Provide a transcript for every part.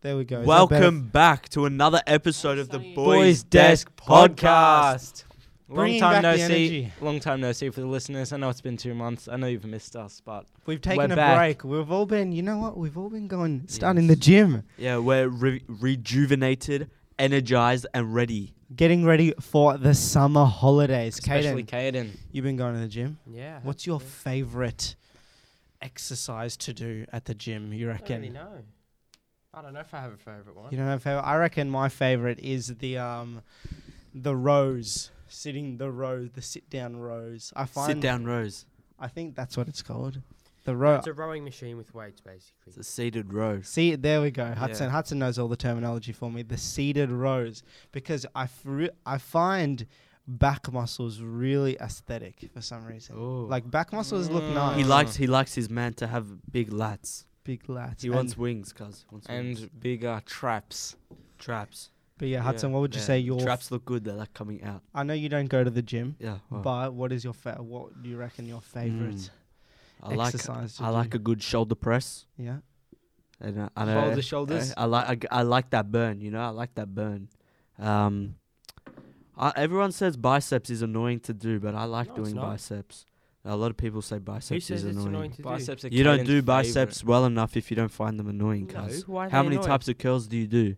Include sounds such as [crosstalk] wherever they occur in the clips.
There we go. Is that better? Welcome back to another episode of the Sunny. Boys, Boys Desk Podcast. Bringing long time back no the see. energy. Long time no see for the listeners. I know it's been two months. I know you've missed us, but We've taken We're a back. break. We've all been, you know what? We've all been going, starting the gym, Yeah, we're re- rejuvenated, energized, and ready. getting ready for the summer holidays. especially Kaden, Caden. you've been going to the gym. Yeah. What's your favorite exercise to do at the gym? You I don't really reckon? know. I don't know if I have a favorite one. You don't have a favorite. I reckon my favorite is the um, the rows, sitting the rows, the sit down rows. I find Sit down rows. I think that's what it's called. The row. It's a rowing machine with weights, basically. It's a seated row. See, there we go. Hudson Hudson knows all the terminology for me. The seated rows because I fr- I find back muscles really aesthetic for some reason. Ooh. Like back muscles look Mm. nice. He Oh. likes he likes his man to have big lats. big lats. He and- wants wings, cuz. Wants wings. And bigger traps. traps. But yeah, Yeah, Hudson, what would you yeah. say your? traps look good? They're like coming out. I know you don't go to the gym, Yeah. well, but what is your fa- what do you reckon your favorite Mm. I like exercise? to I like do? a good shoulder press. yeah. And uh, I, I know, Fold the shoulders. Eh, I, like I, g- I like that burn. You know, I like that burn. Um, I, everyone says biceps is annoying to do, but I like No, it's doing not. biceps. A lot of people say biceps Who says is it's annoying, annoying. to biceps are You don't Caden's do biceps favourite. well enough if you don't find them do? annoying, No. cuz. Why are How they many annoying? types of curls do you do?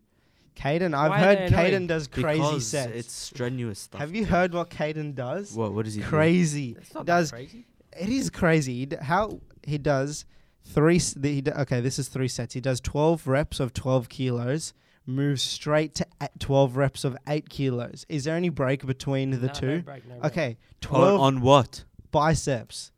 Caden, I've Why are heard they Caden annoying? does crazy because sets. it's strenuous stuff. Have you heard what Caden does? What? What does he do? Crazy. That's not Does- that crazy. It is crazy He d- how he does three. s- The, he d- okay, this is three sets. He does twelve reps of twelve kilos, moves straight to at twelve reps of eight kilos. Is there any break between the No, no two? break, no break. okay, On, twelve on what? biceps.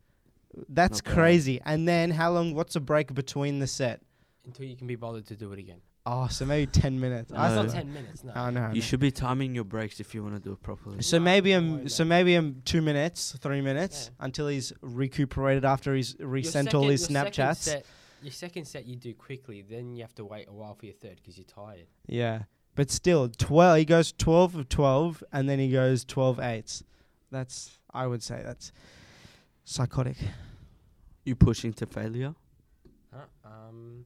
That's Not bad. crazy. And then how long? What's a break between the set? Until you can be bothered to do it again. Oh, so maybe ten minutes. No. I That's thought. not ten minutes. No. Oh no. You no. should be timing your breaks if you want to do it properly. So No, maybe no um, way, so mate. maybe um, two minutes, three minutes until he's recuperated after he's Your resent all second- his your second Snapchats. set- Your second set you do quickly, then you have to wait a while for your third because you're tired. Yeah. But still, 12, he goes 12 of 12, and then he goes 12 eights. That's, I would say, that's psychotic. You pushing to failure? Huh? Um,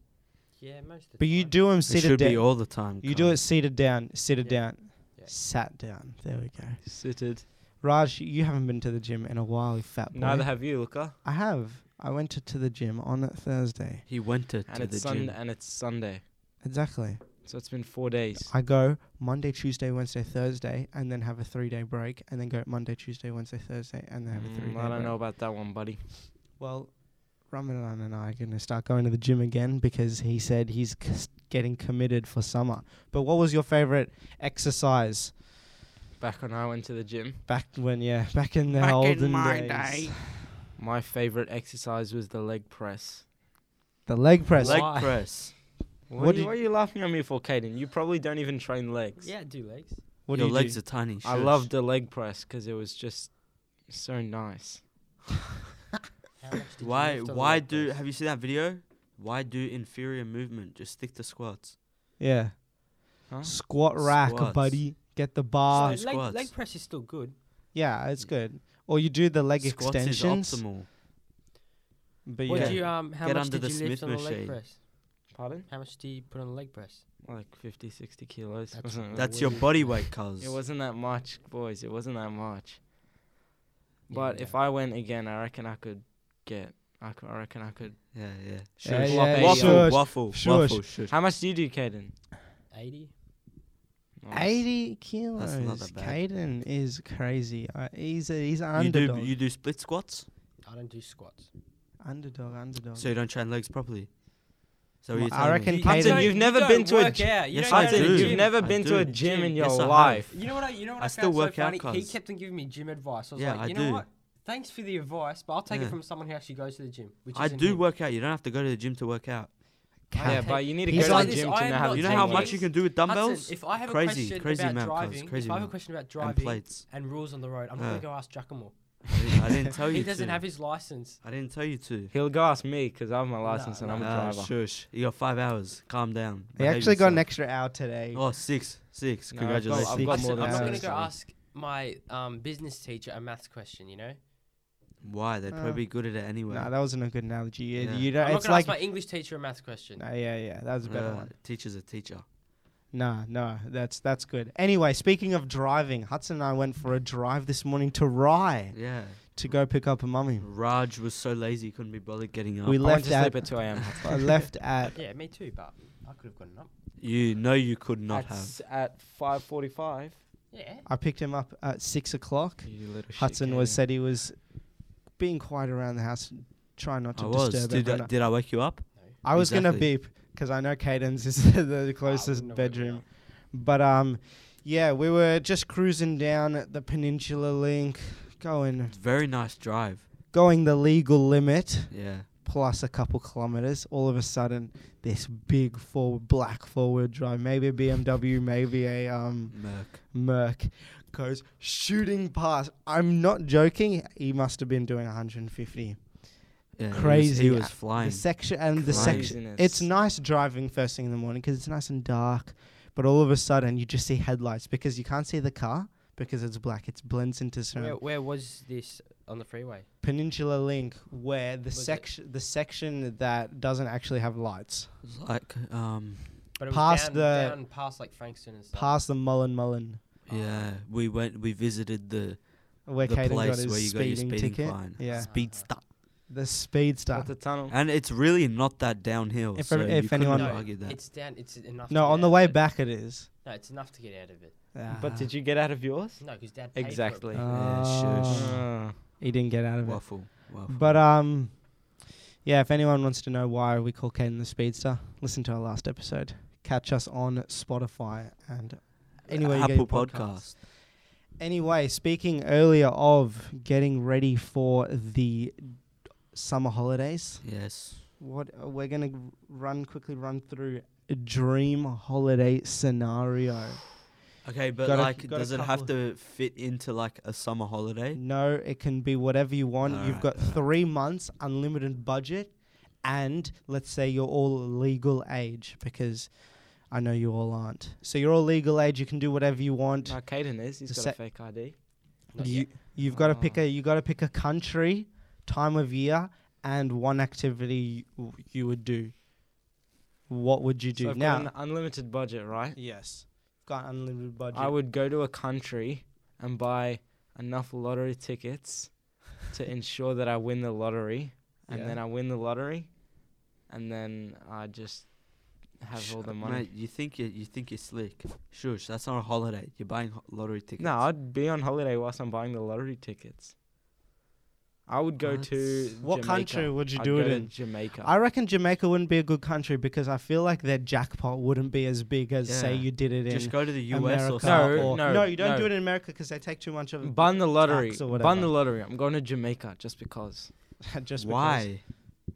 yeah, most of the But you time. do him It seated should be down. all the time. You do cuz. it seated down, seated Yeah. down, Yeah. sat down. There we go. Sitted. Raj, you haven't been to the gym in a while, you fat boy. Neither have you, Luca. I have. I went to, to the gym on a Thursday. He went to, And to the it's sun- gym. and it's Sunday. Exactly. So it's been four days. I go Monday, Tuesday, Wednesday, Thursday, and then have a three day break, and then go Monday, Tuesday, Wednesday, Thursday, and then have a three day Mm, break. I don't know about that one, buddy. Well, Ramadan and I are going to start going to the gym again because he said he's c- getting committed for summer. But what was your favorite exercise Back when I went to the gym, back when, yeah, [laughs] back in the Back in olden my days? day. my favorite exercise was the leg press. The leg press. Leg Why? press. What, are What you, did- what are you laughing at me for, Caden? You probably don't even train legs. Yeah, I do legs. what Your do you legs do? are tiny. I shush. loved the leg press because it was just so nice. How much did you Why? lift on the Why leg do? press? Have you seen that video? Why do inferior movement? Just stick to squats. Yeah. Huh? Squat rack, Squats. buddy. Get the bar. Squats. Leg, leg press is still good. Yeah, it's good. Or you do the leg squats extensions. is optimal. But What Yeah. do you um? How Get much under did the you lift Smith on the machine. leg press? Pardon? How much do you put on the leg press? Like 50, 60 kilos. That's- wasn't [laughs] it? That's your Wait. body weight, cuz. It wasn't that much, boys. It wasn't that much. Yeah, But yeah. if I went again, I reckon I could get. I, c- I reckon I could. Yeah, yeah. Yeah, Shush. yeah, waffle, shush, waffle, shush. waffle, shush. How much do you do, Caden? 80? Nice. 80 kilos. that bad. Caden is crazy. Uh, he's a, he's an You do underdog. you do split squats, I don't do squats. underdog, underdog. so you don't train legs properly. So Well, you're I telling me- reckon You- Caden- Hudson, don't- you've you never don't been to a work gym. out. You Yes, don't I go to the do. gym. You've never I been do. to a gym in Gym, your yes, I have. life. You know what I? You know what I, I still found work so out, funny? He cuz. kept on giving me gym advice. I was Yeah, like, I you know do. what? Thanks for the advice, but I'll take Yeah. it from someone who actually goes to the gym. Which I isn't do him. work out. You don't have to go to the gym to work out. Ca- Yeah, Okay. but you need to He's go like to the this, gym I to am know how not to You know train how taking much you legs. can do with Hudson, dumbbells, if I have Crazy, a question crazy about man, cuz, driving, crazy if I have man. a question about and driving and, plates. rules on the road, I'm Yeah. gonna go ask Giacomo. I didn't, I didn't tell you. He doesn't to. have his license. I didn't tell you to. He'll go ask me because I have my license no, and I'm a Ah, driver. shush. You got five hours. Calm down. He Behave actually got an yourself. extra hour today. Oh, six. Six. No, I've got- Congratulations. I've got I Oh, more said, than I'm not that. gonna go ask my um, business teacher a math question. You know, Why? They'd Uh, probably be good at it anyway. No, that wasn't a good analogy. You, Yeah. you I'm don't, not it's gonna like. ask my English teacher a math question. no, yeah, yeah, that was a better Uh, one. Teacher's a teacher. Nah, no, that's that's good. Anyway, speaking of driving, Hudson and I went for a drive this morning to Rye Yeah. to go pick up a [laughs] mummy. Raj was so lazy he couldn't be bothered getting up. We I went left to at sleep at 2 a.m. I left at Yeah, me too, but I could have gotten up. you know you could not at, have. s- at 5:45. Yeah. I picked him up at six o'clock. You little shit Hudson was can. said he was being quiet around the house, trying not I to was. disturb Did I, everyone. did I wake you up? I was gonna Exactly. beep because I know Caden's is [laughs] the closest wouldn't know where we bedroom, but um, yeah, we were just cruising down the Peninsula Link, going Very nice drive. going the legal limit. Yeah. plus a couple kilometers, all of a sudden this big four black four-wheel drive, maybe a BMW, maybe a um Merc. Merc, goes shooting past. I'm not joking. He must have been doing 150. Yeah, he was- Crazy. He was, Uh, flying. The section and the section. Craziness. It's nice driving first thing in the morning because it's nice and dark, but all of a sudden you just see headlights because you can't see the car because it's black. It blends into surround. Where, where was this on the freeway? Peninsula Link, where the Was it- section the section that doesn't actually have lights. It was like um But Past down, the- down past like Frankston and stuff. past the Mullen Mullen yeah, we went we visited the where The Caden got place his where you got speeding, your speeding ticket. fine. Yeah, Uh-huh. speedster. the speed At stuff. the tunnel. And it's really not that downhill. If so ev- you if couldn't anyone- No, argue that. It's down. It's enough. to No, get on the out way of it. back it is. No, it's enough to get out of it. Ah. But did you get out of yours? No, because Dad. Paid For Exactly. it. Yeah, shush. Uh, Ah. he didn't get out of it. waffle, waffle. But um, yeah. If anyone wants to know why we call Caden the speedster, listen to our last episode. Catch us on Spotify and anyway you get your Apple podcasts. Podcast. Anyway, speaking earlier of getting ready for the summer holidays, Yes. What uh, we're gonna g- run quickly run through a dream holiday scenario. Okay, but Got a- like, got a does it have couple- to fit into like a summer holiday? No, it can be whatever you want. You've Ah. Alright, got alright. three months, unlimited budget, and let's say you're all legal age because I know you all aren't. So you're all legal age. You can do whatever you want. no, Caden is. He's The got sec- a fake ID. Not You yet. you've got to pick Ah. a you got to pick a country, time of year, and one activity you, you would do. What would you do So I've now? got an unlimited budget, right? yes, got unlimited budget. I would go to a country and buy enough lottery tickets [laughs] to ensure that I win the lottery, and Yeah. then I win the lottery, and then I just have all Shut the uh, up, money. Mate, you think you you think you're slick? Shush, that's not a holiday. You're buying ho- lottery tickets. No, I'd be on holiday whilst I'm buying the lottery tickets. I would go to That's- What Jamaica. country would you I'd do go it to in? Jamaica. I reckon Jamaica wouldn't be a good country because I feel like their jackpot wouldn't be as big as say Yeah. you did it in just go to the US America. or something. No, or- no, you don't no. do it in America because they take too much of Bun the lottery. tax or Bun whatever. the lottery. I'm going to Jamaica just because. [laughs] just because Why?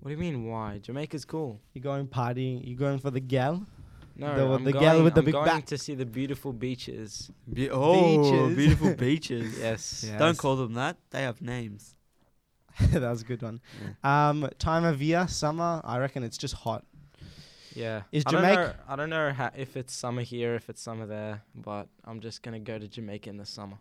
What do you mean? Why? Jamaica's cool. You're going partying. You're going for the gal. [laughs] No, The- I'm the going, gal with the I'm big going back. to see the [laughs] beautiful beaches. Be- oh, Beaches. [laughs] beautiful beaches. Yes. Yeah. Don't Yes. call them that. They have names. that was a good one. Yeah. Um, time of year, summer. I reckon it's just hot. Yeah. Is I don't Jamaica- know- I don't know how, if it's summer here, if it's summer there, but I'm just gonna go to Jamaica in the summer.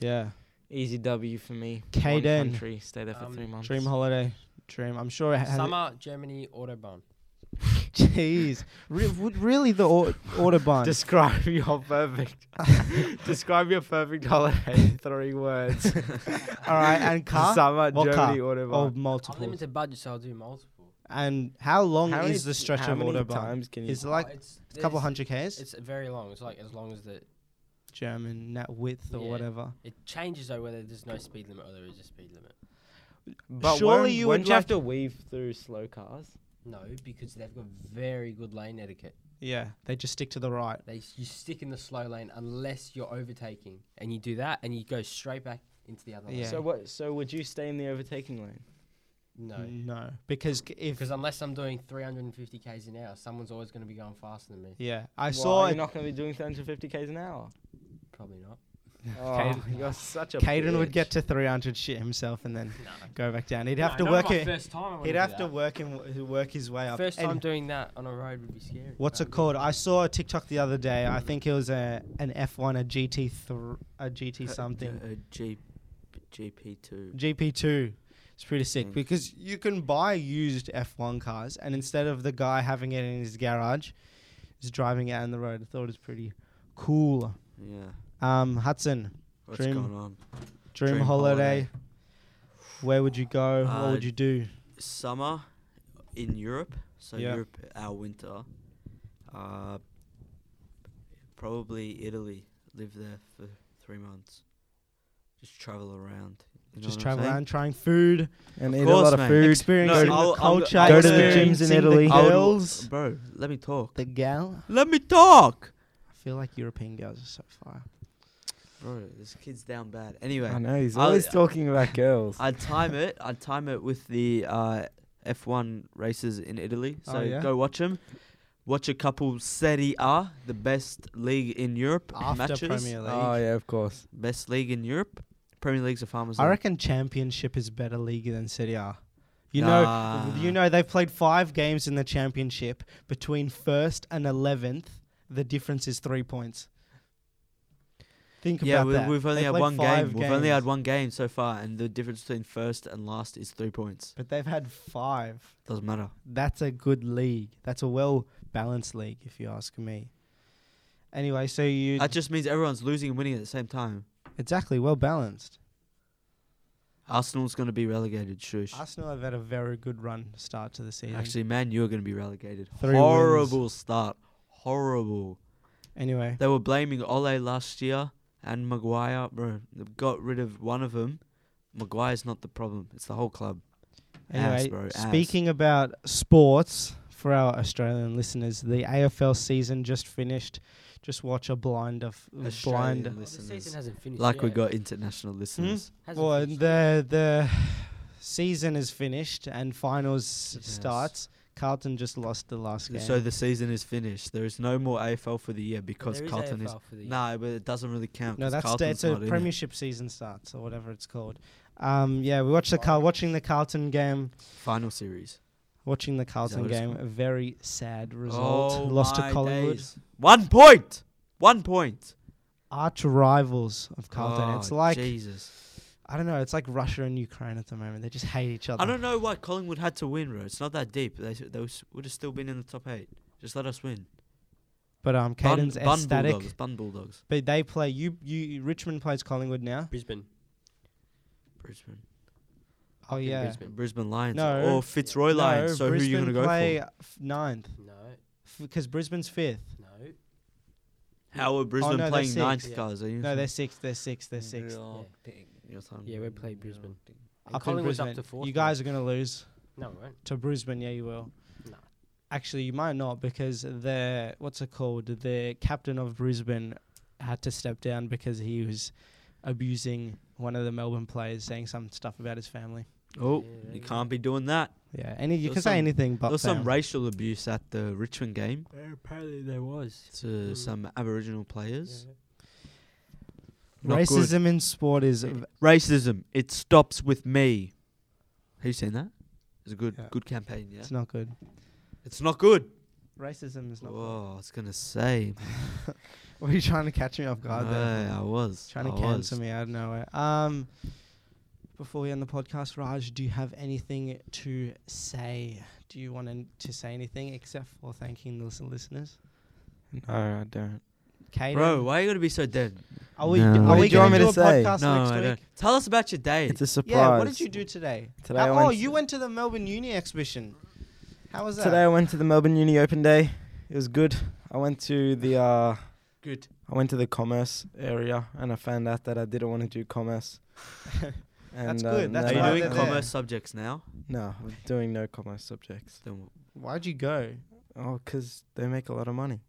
Yeah. Easy W for me. One Caden. country, Stay there for Um, three months. Dream [laughs] holiday. Dream. I'm sure it has. Summer Germany autobahn. [laughs] Jeez. Re- would really the au- autobahn. Describe your [laughs] perfect. describe your perfect holiday in three words. All right. And [laughs] [laughs] car Summer What car? Germany or autobahn. multiple. Unlimited budget, so I'll do multiple. And how long How many- is the stretch how of many autobahn? times can you? Is it like Oh, it's a couple it's- hundred k's? It's very long. It's like as long as the German net width or Yeah. whatever. it changes though whether there's no speed limit or there is a speed limit. but surely won't- you won't would you have like- to weave through slow cars. No, because they've got very good lane etiquette. Yeah, they just stick to the right. They you stick in the slow lane unless you're overtaking, and you do that, and you go straight back into the other lane. Yeah. So what? So would you stay in the overtaking lane? No, no, because Mm. c- if because unless I'm doing 350 k's an hour, someone's always going to be going faster than me. yeah, I saw you're it. not going to be doing 350 k's an hour. Probably not. Oh, you're such a. Caden would bitch. get to 300 shit himself and then No. go back down. He'd have to not work my it. First time. I He'd wouldn't do have to that. work him work his way up. First And time doing that on a road would be scary. What's it called? I saw a TikTok the other day. I think it was a an F1, a GT, thr a GT Uh, something, A, G, GP2. GP2. It's pretty sick Mm. because you can buy used F1 cars, and instead of the guy having it in his garage, he's driving it on the road. I thought it was pretty cool. Yeah. Um, Hudson, What's Dream. going on? dream, Dream holiday. holiday. Where would you go? what Uh, would you do? Summer in Europe. So Yeah. Europe, our winter. Uh, probably Italy. Live there for three months. Just travel around. you know Just what I'm travel saying? around, trying food, And Of eat a lot course, of mate. food. experiencing I'll- the I'll go- culture, Go to the gyms in experiencing Italy. the I would- girls, Bro, let me talk. the gal. Let me talk. I feel like European girls are so far. Bro, this kid's down bad. Anyway, I know he's I'll- always talking about girls. I'd time it. I'd time it with the uh, F1 races in Italy. Oh, So yeah? go watch them. Watch a couple Serie A, the best league in Europe After matches. Premier League. Oh yeah, of course. Best league in Europe. Premier League's a farmers. I league. reckon Championship is better league than Serie A. You know, Nah. you know they've played five games in the Championship between first and eleventh. The difference is three points. Think Yeah, about we, that. we've only They had played one game. five We've only games, had one game so far, and the difference between first and last is three points. but they've had five. Doesn't matter. That's a good league. That's a well balanced league, if you ask me. Anyway, so you That just means everyone's losing and winning at the same time. exactly well balanced. Arsenal's going to be relegated. Shush. Arsenal have had a very good run start to the season. Actually, man, you are going to be relegated. Three wins. Horrible start. Horrible. anyway, They were blaming Ole last year and Maguire, bro. They got rid of one of them. Maguire's not the problem. It's the whole club. Anyway, Ass, bro, ass. speaking about sports for our Australian listeners, the AFL season just finished. Just watch a blind of Australian blind. the season listeners. hasn't finished. Like we yet. got international Hmm? listeners. Hasn't Well, finished the yet. the season is finished and finals Yes. starts. Carlton just lost the last game. So the season is finished. There is no more AFL for the year because There is Carlton is. AFL for the year. Nah, but it doesn't really count. no, 'cause that's the, Carlton's it's a not in it. premiership season starts or whatever it's called. Um, yeah, we watched the Car- watching the Carlton game. final series. Watching the Carlton what it's game, called? Oh a very sad result. Oh Lost to my Collingwood. days. One point. One point. Arch rivals of Carlton. Oh, it's like Jesus. I don't know. It's like Russia and Ukraine at the moment. They just hate each other. I don't know why Collingwood had to win, bro. It's not that deep. They, s- they s- would have still been in the top eight. Just let us win. But um, Bun- Caden's Bun ecstatic. Bulldogs. Bun Bulldogs. But they play you. You Richmond plays Collingwood now. Brisbane. Brisbane. Oh in yeah. Brisbane. Brisbane Lions. No. Or Fitzroy No, Lions. So Brisbane who are you going to go play for? f- ninth No, because Brisbane's fifth. no. How are Brisbane Oh, no, they're playing sixth. ninth Yeah. cars? Are you No, they're sixth. They're sixth. They're sixth. Yeah, we play Brisbane. And Up in Collingwood's Brisbane. up to fourth. you now. guys are going to lose No, we won't. to Brisbane. Yeah, you will. No. Actually, you might not because the what's it called? The captain of Brisbane had to step down because he was abusing one of the Melbourne players, saying some stuff about his family. Oh, Yeah, there you you go. can't be doing that. Yeah, any you There can was say some- anything but There was some fam. racial abuse at the Richmond game apparently there was. to Hmm. some Aboriginal players. Not good. racism in sport is v- Racism. It stops with me. Have you seen that? It's a good, Yeah. good campaign. Yeah. it's not good. It's not good. Racism is not. good. Oh, I was gonna say. Were you trying to catch me off guard there? Aye, I was Trying to I was. cancel me out of nowhere. Um, before we end the podcast, Raj, do you have anything to say? Do you want an- to say anything except for thanking the listen- listeners? No, I don't. Kaden, Bro, why are you gonna be so dead? are we? No. Are What we did you going want to me do a to say? podcast No, next I week? don't. Tell us about your day. It's a surprise. Yeah. What did you do today? Today Uh, I oh, went you to- went to the Melbourne Uni exhibition. How was that? Today I went to the Melbourne Uni Open Day. It was good. I went to the uh, Good. I went to the commerce area and I found out that I didn't want to do commerce. And, uh, That's good, that's That's Are you why doing they're commerce there. subjects now? No, I'm doing no commerce subjects. Then [laughs] Why'd you go? Oh, 'cause they make a lot of money.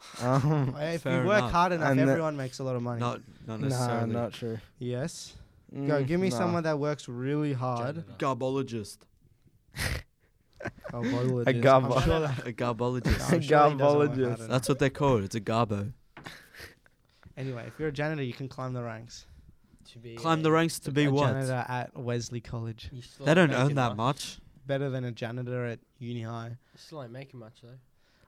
[laughs] Um, Well, if Fair you work enough. hard enough, And the- everyone makes a lot of money. not not [laughs] nah, necessarily. not true. Yes. Go, give me Mm, nah. someone that works really hard. Garbologist. Garbologist. A garbo- I'm sure that- [laughs] [laughs] a garbologist. I'm sure he doesn't work hard Garbologist. enough. That's what they're called. It's a garbo. Anyway, if you're a janitor, you can climb the ranks. To be Climb the a- ranks to be a what? janitor at Wesley College. you still They ain't don't making earn that much. much. Better than a janitor at Uni High. You Still ain't making much though.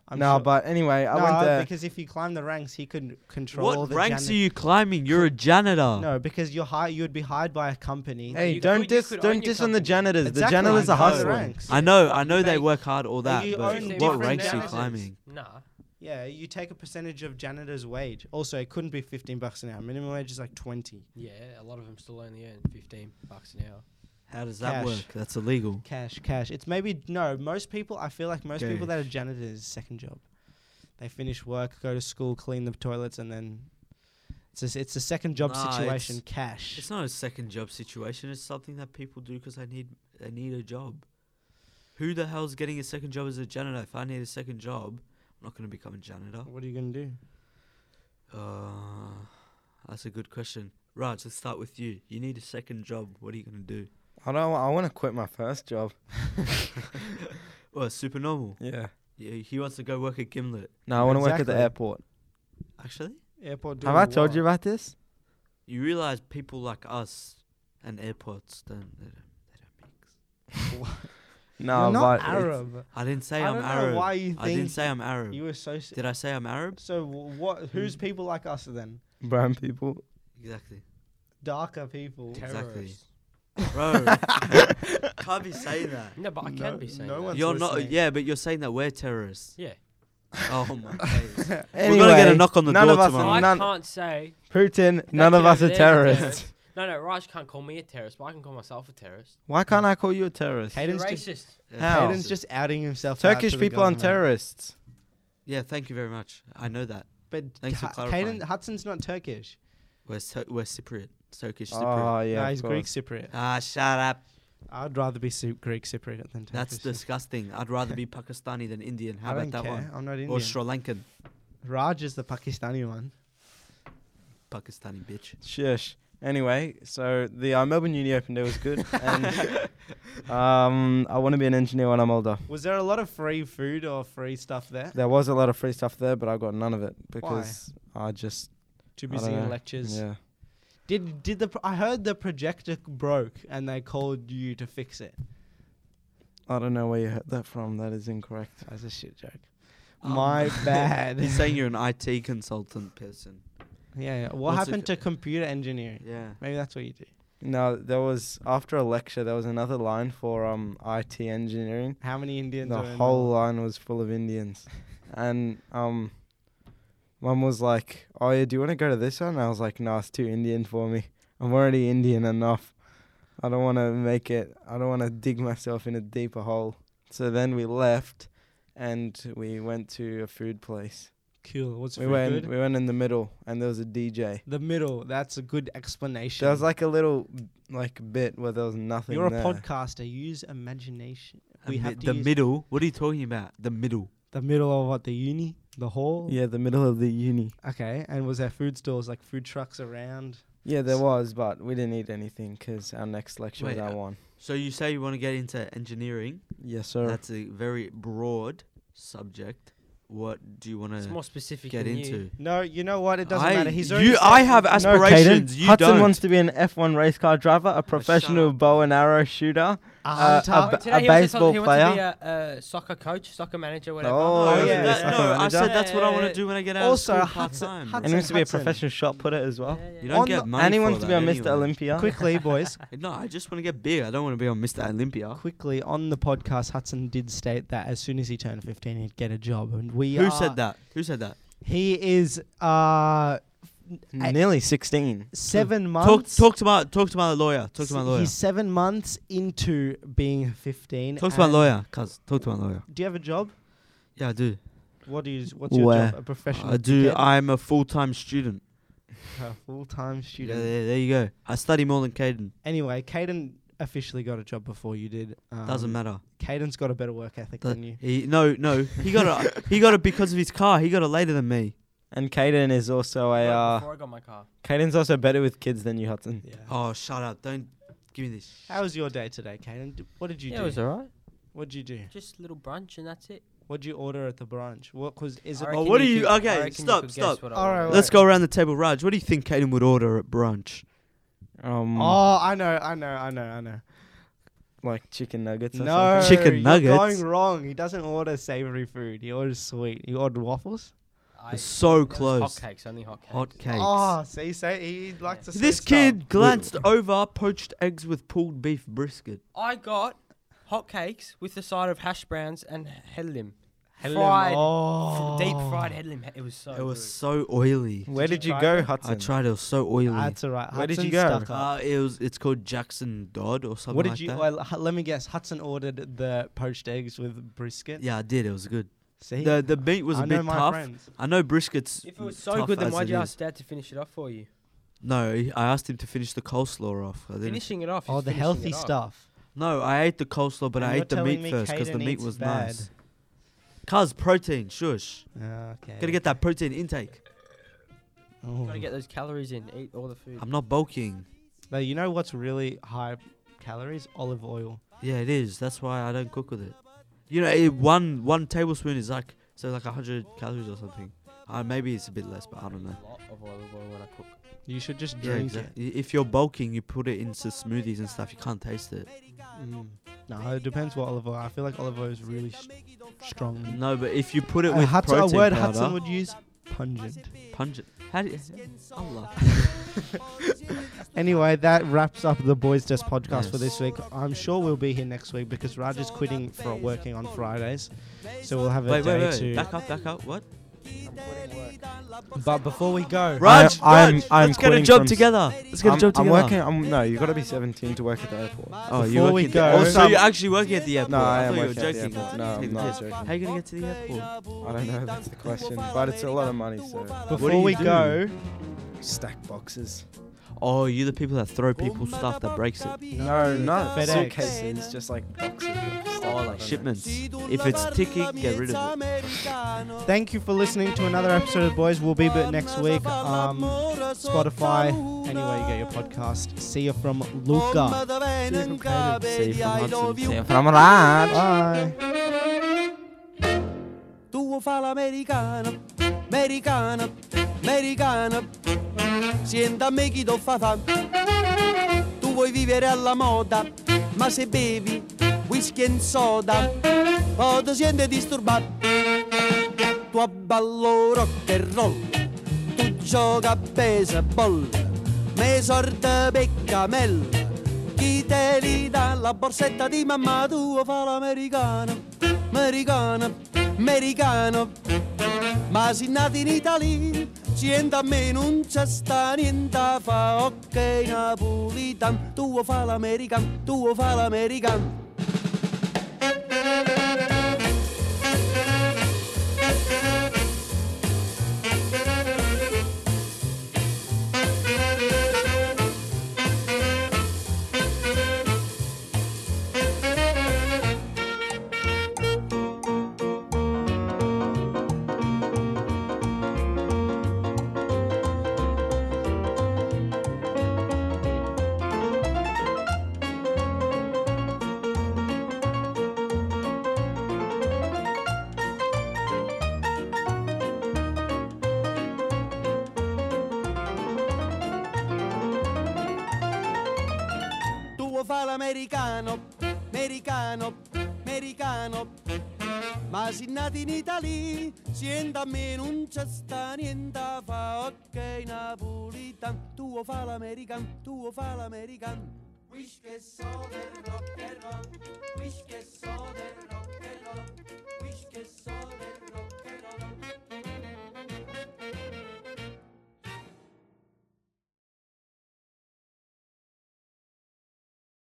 I'm no, sure. but anyway, I went No, there. because if you climb the ranks, he could control What the ranks jani- are [laughs] you climbing? You're a janitor. No, because you're hi- you'd be hired by a company. Hey, You could- don't you diss, could own don't your diss on the company. janitors. Exactly, The janitors are climb the hustling. ranks. I know, Yeah, I know they they- work hard, all that. you but own what different ranks are you houses. climbing? Nah. Yeah, you take a percentage of janitor's wage. Also, it couldn't be 15 bucks an hour. Minimum wage is like 20. Yeah, a lot of them still only earn 15 bucks an hour. How does that Cash. work? That's illegal. Cash, cash. It's maybe no. Most people, I feel like most people that are janitors is second job. They finish work, go to school, clean the toilets, and then it's a, s- it's a second job Nah, situation. it's- Cash. It's not a second job situation. It's something that people do because they need they need a job. Who the hell's getting a second job as a janitor? If I need a second job, I'm not going to become a janitor. what are you gonna do? Uh, that's a good question. Raj, let's start with you. You need a second job. What are you going to do? I don't. I want to quit my first job. Well, supernormal. Yeah. Yeah, he wants to go work at Gimlet. No, I want to work at the Exactly. airport. Actually, Airport. Have I told you about this? you realize people like us and airports don't. They don't, they don't mix. No, You're but not it's- Arab. I didn't say I I'm don't know Arab. why you I didn't think say I'm Arab. You associate. Did I say I'm Arab? So wh- what? Who's people like us then? brown people. Exactly. Darker people. Exactly. Terrorists. [laughs] Bro, can't be [laughs] saying that. No, but I No- can be saying no that. one's- That's You're what not. it's like. Yeah, but you're saying that [laughs] we're terrorists. Yeah. Oh my [laughs] days. We're Anyway, gonna get a knock on the none door of us tomorrow. are I none, can't say. Putin. None of kid us are over there's a terrorists. [laughs] terrorist. No, no, Raj can't call me a terrorist, but I can call myself a terrorist. Why can't I call you a terrorist? Hayden's You're just, racist. Yeah, How? Hayden's just outing himself. out Turkish to the people aren't government. terrorists. Yeah, thank you very much. I know that. But Thanks for Ha- Hayden clarifying. Hudson's not Turkish. We're, so, we're Cypriot. Turkish Ah, Cypriot. Oh yeah, no, of he's Greek course. Cypriot. ah, shut up. I'd rather be Cy- Greek Cypriot than Turkish. That's disgusting. I'd [laughs] rather be Pakistani than Indian. How I about don't that care. one? I'm not Indian. Or Sri Lankan. Raj is the Pakistani one. Pakistani bitch. Shush. Anyway, so the uh, Melbourne Uni Open Day was [laughs] good, and um, I want to be an engineer when I'm older. Was there a lot of free food or free stuff there? There was a lot of free stuff there, but I got none of it because I just Too I don't busy in know. lectures. yeah. Did did the pro- I heard the projector broke and they called you to fix it. I don't know where you heard that from. That is incorrect. That's a shit joke. Um, [laughs] My [laughs] bad. He's saying you're an IT consultant person. Yeah. yeah. What What's it- happened to computer engineering? Yeah. Maybe that's what you do. No, there was after a lecture there was another line for um IT engineering. How many Indians? The are in whole line was full of [laughs] Indians, and um, mum was like, "Oh yeah, do you want to go to this one?" I was like, "No, it's too Indian for me. I'm already Indian enough. I don't want to make it. I don't want to dig myself in a deeper hole." So then we left, and we went to a food place. Cool. What's we food went. good? We went in the middle, and there was a DJ. The middle. That's a good explanation. There was like a little like bit where there was nothing. You're a there. podcaster. Use imagination. We A have mid- to the use- middle. What are you talking about? The middle. The middle of what? The uni? The hall? Yeah, the middle of the uni. Okay. And was there food stalls like food trucks around? Yeah, there was, but we didn't eat anything 'cause our next lecture Wait, was our uh, one. So you say you want to get into engineering. Yes, sir. That's a very broad subject. What do you want It's to more specific get than into? You. No, you know what? It doesn't I, matter. He's already you. said- I have No, Uh, No, Caden. aspirations. you Hudson don't. wants to be an F1 race car driver, a professional up. bow and arrow shooter. Uh, a Hunter. b- today he a wants to baseball tell- he wants to be a, a soccer coach, soccer manager, whatever. Oh, yeah, oh, yeah, that's no, what I I'm said doing. that's what I want to do when I get out Also, of school part Hudson- time. And he wants to be a Hudson. professional shot putter as well. Yeah, yeah, You yeah. don't On get the- money And he for wants to be that on Mr. anyway. Olympia. quickly, boys. [laughs] No, I just want to get beer. I don't want to be on Mr. Olympia. Quickly on the podcast, Hudson did state that as soon as he turned 15, he'd get a job, and we Who are- said that? Who said that? He is uh I- Nearly 16. seven Talk, months. talk to my talk to my lawyer. Talk to my s- lawyer. He's seven months into being 15. Talk to my and- lawyer, cuz. Talk to my lawyer. Do you have a job? Yeah, I do. What is what's your Where? job? A professional? I do. dickhead? I'm a full time student. A full-time Yeah, student. there, there you go. I study more than Caden. Anyway, Caden officially got a job before you did. Um, Doesn't matter. Caden's got a better work ethic Th- than you. He no no. He got [laughs] it. he got it because of his car. He got it later than me. And Caden is also a. Right Uh, Before I got my car. Caden's also better with kids than you, Hudson. Yeah. Oh shut up! Don't give me this. How was your day today, Caden? D- What did you yeah, do? it was alright. what did you do? Just little brunch and that's it. What did you order at the brunch? What was is it? I Oh, reckon what do you- could- I okay, reckon you stop, could guess stop. what I Alright, ordered. Let's go around the table, Raj. What do you think Caden would order at brunch? Um, Oh, I know, I know, I know, I know. like chicken nuggets. Or No, something? Chicken you're nuggets? going wrong. He doesn't order savory food. He orders sweet. He ordered waffles. I, It's so Hot close. cakes, only hot cakes. Hot cakes. Oh, see, say he likes to. say This stuff. kid glanced over poached eggs with pulled beef brisket. I got hot cakes with the side of hash browns and helim. Hello. Fried, Oh. f- deep fried helim. It was so. it was so oily. Where Did did you you try go, it? Hudson? I tried. It was so oily. That's alright. Where did you Hudson's go? stuck up. Uh, it was. It's called Jackson Dodd or something what did like you? that. Well, hu- let me guess. Hudson ordered the poached eggs with brisket. yeah, I did. It was good. See, The the meat was a I bit know my tough. friends. I know brisket's. good. If it was so tough good, then as why'd it you is. ask Dad to finish it off for you? No, he- I asked him to finish the coleslaw off. I didn't. Finishing it off. Oh, is the finishing healthy it off. stuff. No, I ate the coleslaw, but And I you're ate the telling meat me first because the Caden meat eats was bad. nice. Cuz protein, shush. Oh, okay. Gotta get that protein intake. Oh. Gotta get those calories in. Eat all the food. I'm not bulking. No, you know what's really high calories? Olive oil. Yeah, it is. That's why I don't cook with it. You know, it, one one tablespoon is like so like hundred calories or something. Uh, maybe it's a bit less, but I don't know. A lot of olive oil when I cook. You should just Yeah, drink it. exactly. If you're bulking, you put it into smoothies and stuff. You can't taste it. Mm. No, it depends what olive oil. I feel like olive oil is really s strong. No, but if you put it Mm. Uh, with Hudson, a protein word powder, Hudson would use pungent. pungent. How do you, Allah. Anyway, that wraps up the Boys Desk podcast Yes. for this week. I'm sure we'll be here next week because Raj is quitting for working on Fridays, so we'll have a Wait, day wait, wait. to. Back up, back up. What? But before we go, Raj, I'm- Raj, I'm let's get a quitting job from- together. Let's get I'm, a job I'm together. working. I'm, no, you got to be 17 to work at the airport. Oh, you Before work we at go- The, oh, so Awesome. you're actually working at the airport? No, I I am thought you were working at the joking. airport. No, I'm Taking not the piss. joking. How are you gonna get to the airport? I don't know. That's the question. But it's a lot of money, so What do before you we do? go, stack boxes. Oh, you're the people that throw people stuff that breaks it. No, not FedEx. suitcases. Just like boxes. of stuff, I Oh, don't like know. shipments. If it's ticking, get rid of it. thank you for listening to another episode of Boys. We'll be back next week. Um, Spotify, anywhere you get your podcast. See you from Luca. See you from Caden. See you from Hudson. See you from Raj. Bye. tuo fa l'americana, americana, americana. Sienta me chi do fa fa. Tu vuoi vivere alla moda, ma se bevi whisky e soda, o ti senti disturbato. Tu abballo rock and roll, tu gioca a baseball, me sorte peccamella. Chi te li dà la borsetta di mamma tua fa l'americano, americano, americano. Ma si nati in Italia, sienta a me non c'è sta niente, fa ok napolitan, tuo fa l'americano, tuo fa l'americano. tuo fa l'americano, americano, americano. Ma si nati in Italia, sienta a me non c'è sta niente, fa ok napolitan, tuo fa l'americano, tuo fa l'americano. Whisky e soda, rock and roll.